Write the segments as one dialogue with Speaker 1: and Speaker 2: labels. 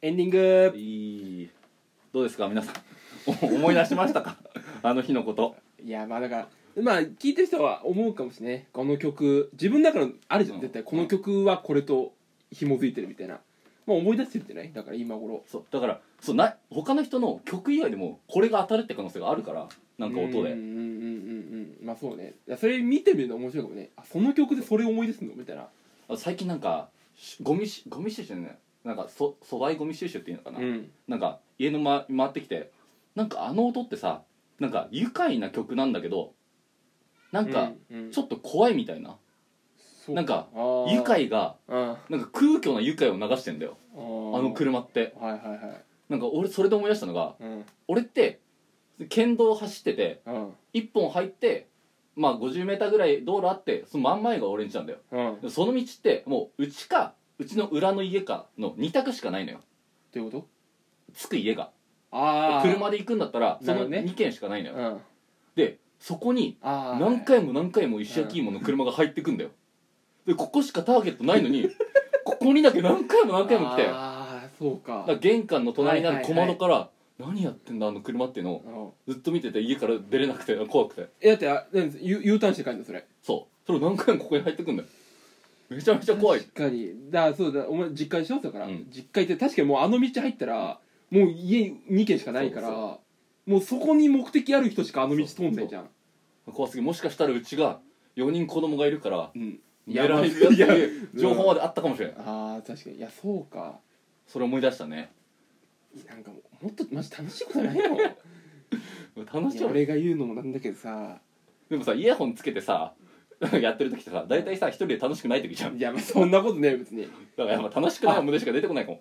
Speaker 1: エンディング
Speaker 2: いいどうですか皆さん お思い出しましたかあの日のこと
Speaker 1: いやまあだからまあ聞いてる人は思うかもしれないこの曲自分だからあるじゃん、
Speaker 2: うん
Speaker 1: 絶対この曲はこれと紐づいてるみたいな、まあ、思い出してるんじゃないだから今頃
Speaker 2: そうだからそうな他の人の曲以外でもこれが当たるって可能性があるからなんか音
Speaker 1: うん
Speaker 2: で
Speaker 1: うんうんうんうんまあそうねいやそれ見てみるの面白いかもねあその曲でそれ思い出すのみたいな
Speaker 2: あ最近なんかしゴミしゴミ収集ねなんかそ粗大ゴミ収集っていうのかな、
Speaker 1: うん
Speaker 2: なんか家の、ま、回ってきてなんかあの音ってさなんか愉快な曲なんだけどなんかちょ
Speaker 1: っ
Speaker 2: っと怖いみたいな、
Speaker 1: と
Speaker 2: なんか愉
Speaker 1: 愉
Speaker 2: 快が
Speaker 1: あ
Speaker 2: なんか空虚な愉快を流してんだよ
Speaker 1: あ
Speaker 2: あの
Speaker 1: の
Speaker 2: 車って
Speaker 1: はいはいはい
Speaker 2: なんか俺それで思い出したのが
Speaker 1: うん
Speaker 2: 俺って県道を走ってて
Speaker 1: うん
Speaker 2: 1本入ってまあ 50m ぐらい道路あってその真ん前が俺ん家なんだよ
Speaker 1: うん
Speaker 2: でその道ってもううちかうちの裏の家かの2択しかないのよ
Speaker 1: どういうこと
Speaker 2: 着く家が
Speaker 1: ああ
Speaker 2: 車で行くんだったらそ
Speaker 1: なる
Speaker 2: の
Speaker 1: ほどね
Speaker 2: 2軒しかないのよ、
Speaker 1: うんあ
Speaker 2: でそこに
Speaker 1: あ
Speaker 2: 何回も何回も石焼き芋の車が入ってくんだよでここしかターゲットない のにここにだけ何回も何回も来てだか
Speaker 1: ああそうから
Speaker 2: 玄関の隣にある小窓
Speaker 1: はい
Speaker 2: から何やってんだあの車っていうのを
Speaker 1: うん
Speaker 2: ずっと見てて家から出れなくて怖くて
Speaker 1: えだってあなんです U, U ターンして帰るんだそれ
Speaker 2: そうそれを何回もここに入ってくんだよめちゃめちゃ怖い
Speaker 1: 確かにだからそうだお前実家でしょだから、
Speaker 2: うん
Speaker 1: 実家行って確かにもうあの道入ったらもう家2軒しかないから
Speaker 2: そう
Speaker 1: もうそこに目的ある人しかあの道通んないじゃん
Speaker 2: 怖すぎもしかしたらうちが4人子供がいるから
Speaker 1: うん
Speaker 2: 狙
Speaker 1: まあ
Speaker 2: いだって
Speaker 1: いや
Speaker 2: いう情報まであったかもしれない
Speaker 1: あー確かにいやそうか
Speaker 2: それ思い出したね
Speaker 1: なんかもうもっとマジ楽しいことないの
Speaker 2: 楽し
Speaker 1: い
Speaker 2: い
Speaker 1: や
Speaker 2: 俺
Speaker 1: 俺が言うのもなんだけどさ
Speaker 2: でもさイヤホンつけてさ やってる時ってさ大体さ一人で楽しくない時じゃん
Speaker 1: いやまあそんなことね別に
Speaker 2: だからやっぱ楽しくない胸しか出てこないかも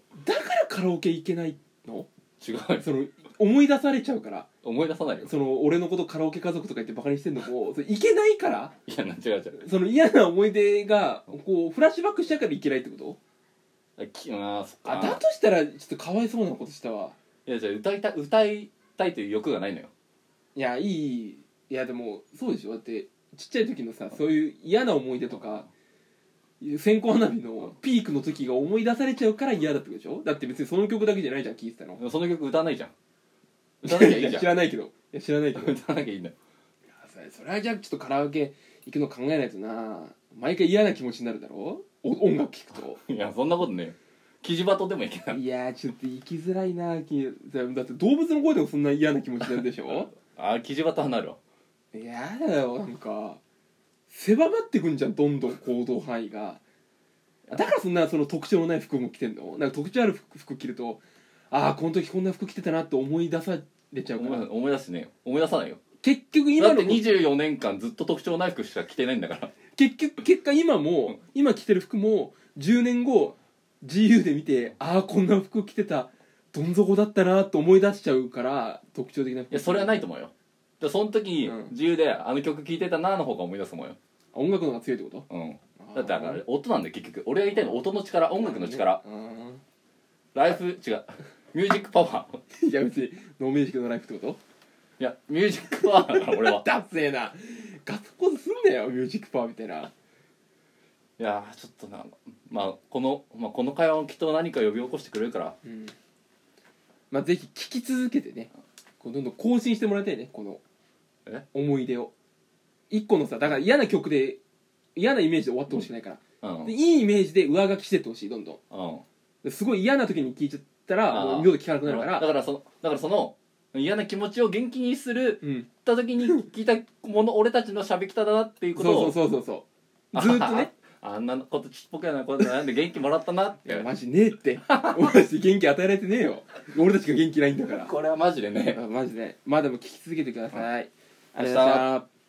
Speaker 1: カラオケ行けないの
Speaker 2: 違うよ
Speaker 1: その思い出されちゃうから
Speaker 2: 思い出さないよ
Speaker 1: その俺のことカラオケ家族とか言ってバカにしてんのもそれ行けないから
Speaker 2: いや違う違う
Speaker 1: その嫌な思い出がこうフラッシュバックしちゃうからいけないってこと
Speaker 2: あきあーそっか
Speaker 1: あだとしたらちょっとかわいそうなことしたわ
Speaker 2: いやじゃあ歌いたい歌いたいという欲がないのよ
Speaker 1: いやいいいやでもそうでしょだってちっちゃい時のさそういう嫌な思い出とか線香花火のピークの時が思い出されちゃうから嫌だってことでしょだって別にその曲だけじゃないじゃん聴いてたの
Speaker 2: でもその曲歌わないじゃん歌わなきゃいいじゃ
Speaker 1: 知
Speaker 2: ん
Speaker 1: らないけどいや知らないけどいや
Speaker 2: 歌わなきゃいいんだよ
Speaker 1: それそれはじゃあちょっとカラオケ行くの考えないとな毎回嫌な気持ちになるだろお音楽聴くと
Speaker 2: いやそんなことねえよキジバトでもいけない
Speaker 1: いやーちょっと行きづらいなきだって動物の声でもそんな嫌な気持ちになるでし ょ
Speaker 2: あーキジバトはなるわ
Speaker 1: やだよなんか狭まってくんじゃんどんどん行動範囲がだからそんなその特徴のない服も着てんのなんか特徴ある服服着るとああこの時こんな服着てたなって思い出されちゃうか
Speaker 2: 思い
Speaker 1: ら
Speaker 2: 思い出すね思い出さないよ
Speaker 1: 結局
Speaker 2: だ
Speaker 1: 今
Speaker 2: っ
Speaker 1: の
Speaker 2: て24年間ずっと特徴ない服しか着てないんだから
Speaker 1: 結局結果今も今着てる服も10年後 GU で見てああこんな服着てたどん底だったなって思い出しちゃうから特徴的な服
Speaker 2: いやそれはないと思うよでその時、
Speaker 1: うん
Speaker 2: 自由であの曲聴いてたなの方が思い出すもんよ、
Speaker 1: 音楽の方が強いってこと
Speaker 2: うん、だってだから音なんだよ結局俺が言いたいのは音の力音楽の力
Speaker 1: うん
Speaker 2: ライフ違うミュージックパワー
Speaker 1: いや別にノーミュージックのライフってこと
Speaker 2: いやミュージックパワーだから俺は
Speaker 1: ダッセーなガッツポーズすんなよミュージックパワーみたいない
Speaker 2: やーちょっとなまあこの、まあ、この会話もきっと何か呼び起こしてくれるから
Speaker 1: うんまあぜひ聞き続けてねこうどんどん更新してもらいたいねこの
Speaker 2: え
Speaker 1: 思い出を一個のさだから嫌な曲で嫌なイメージで終わってほしくないから、
Speaker 2: うん
Speaker 1: でいいイメージで上書きしてってほしいどんどん
Speaker 2: うん
Speaker 1: ですごい嫌な時に聞いちゃったら
Speaker 2: あー
Speaker 1: もう二度と聞かなくなるか
Speaker 2: だ
Speaker 1: ら
Speaker 2: からそのだからその嫌な気持ちを元気にする
Speaker 1: うん
Speaker 2: った時に聞いたもの俺たちの喋り方だなっていう
Speaker 1: そ
Speaker 2: こ
Speaker 1: う
Speaker 2: とを
Speaker 1: そうそうそうそう ずーっとね
Speaker 2: あんなことちっぽけなことなんで元気もらったなっ
Speaker 1: いや
Speaker 2: て
Speaker 1: マジねえってマジ元気与えられてねえよ俺たちが元気ないんだから
Speaker 2: これはマジでね
Speaker 1: あマジでまあでも聞き続けてください、ありがとうございました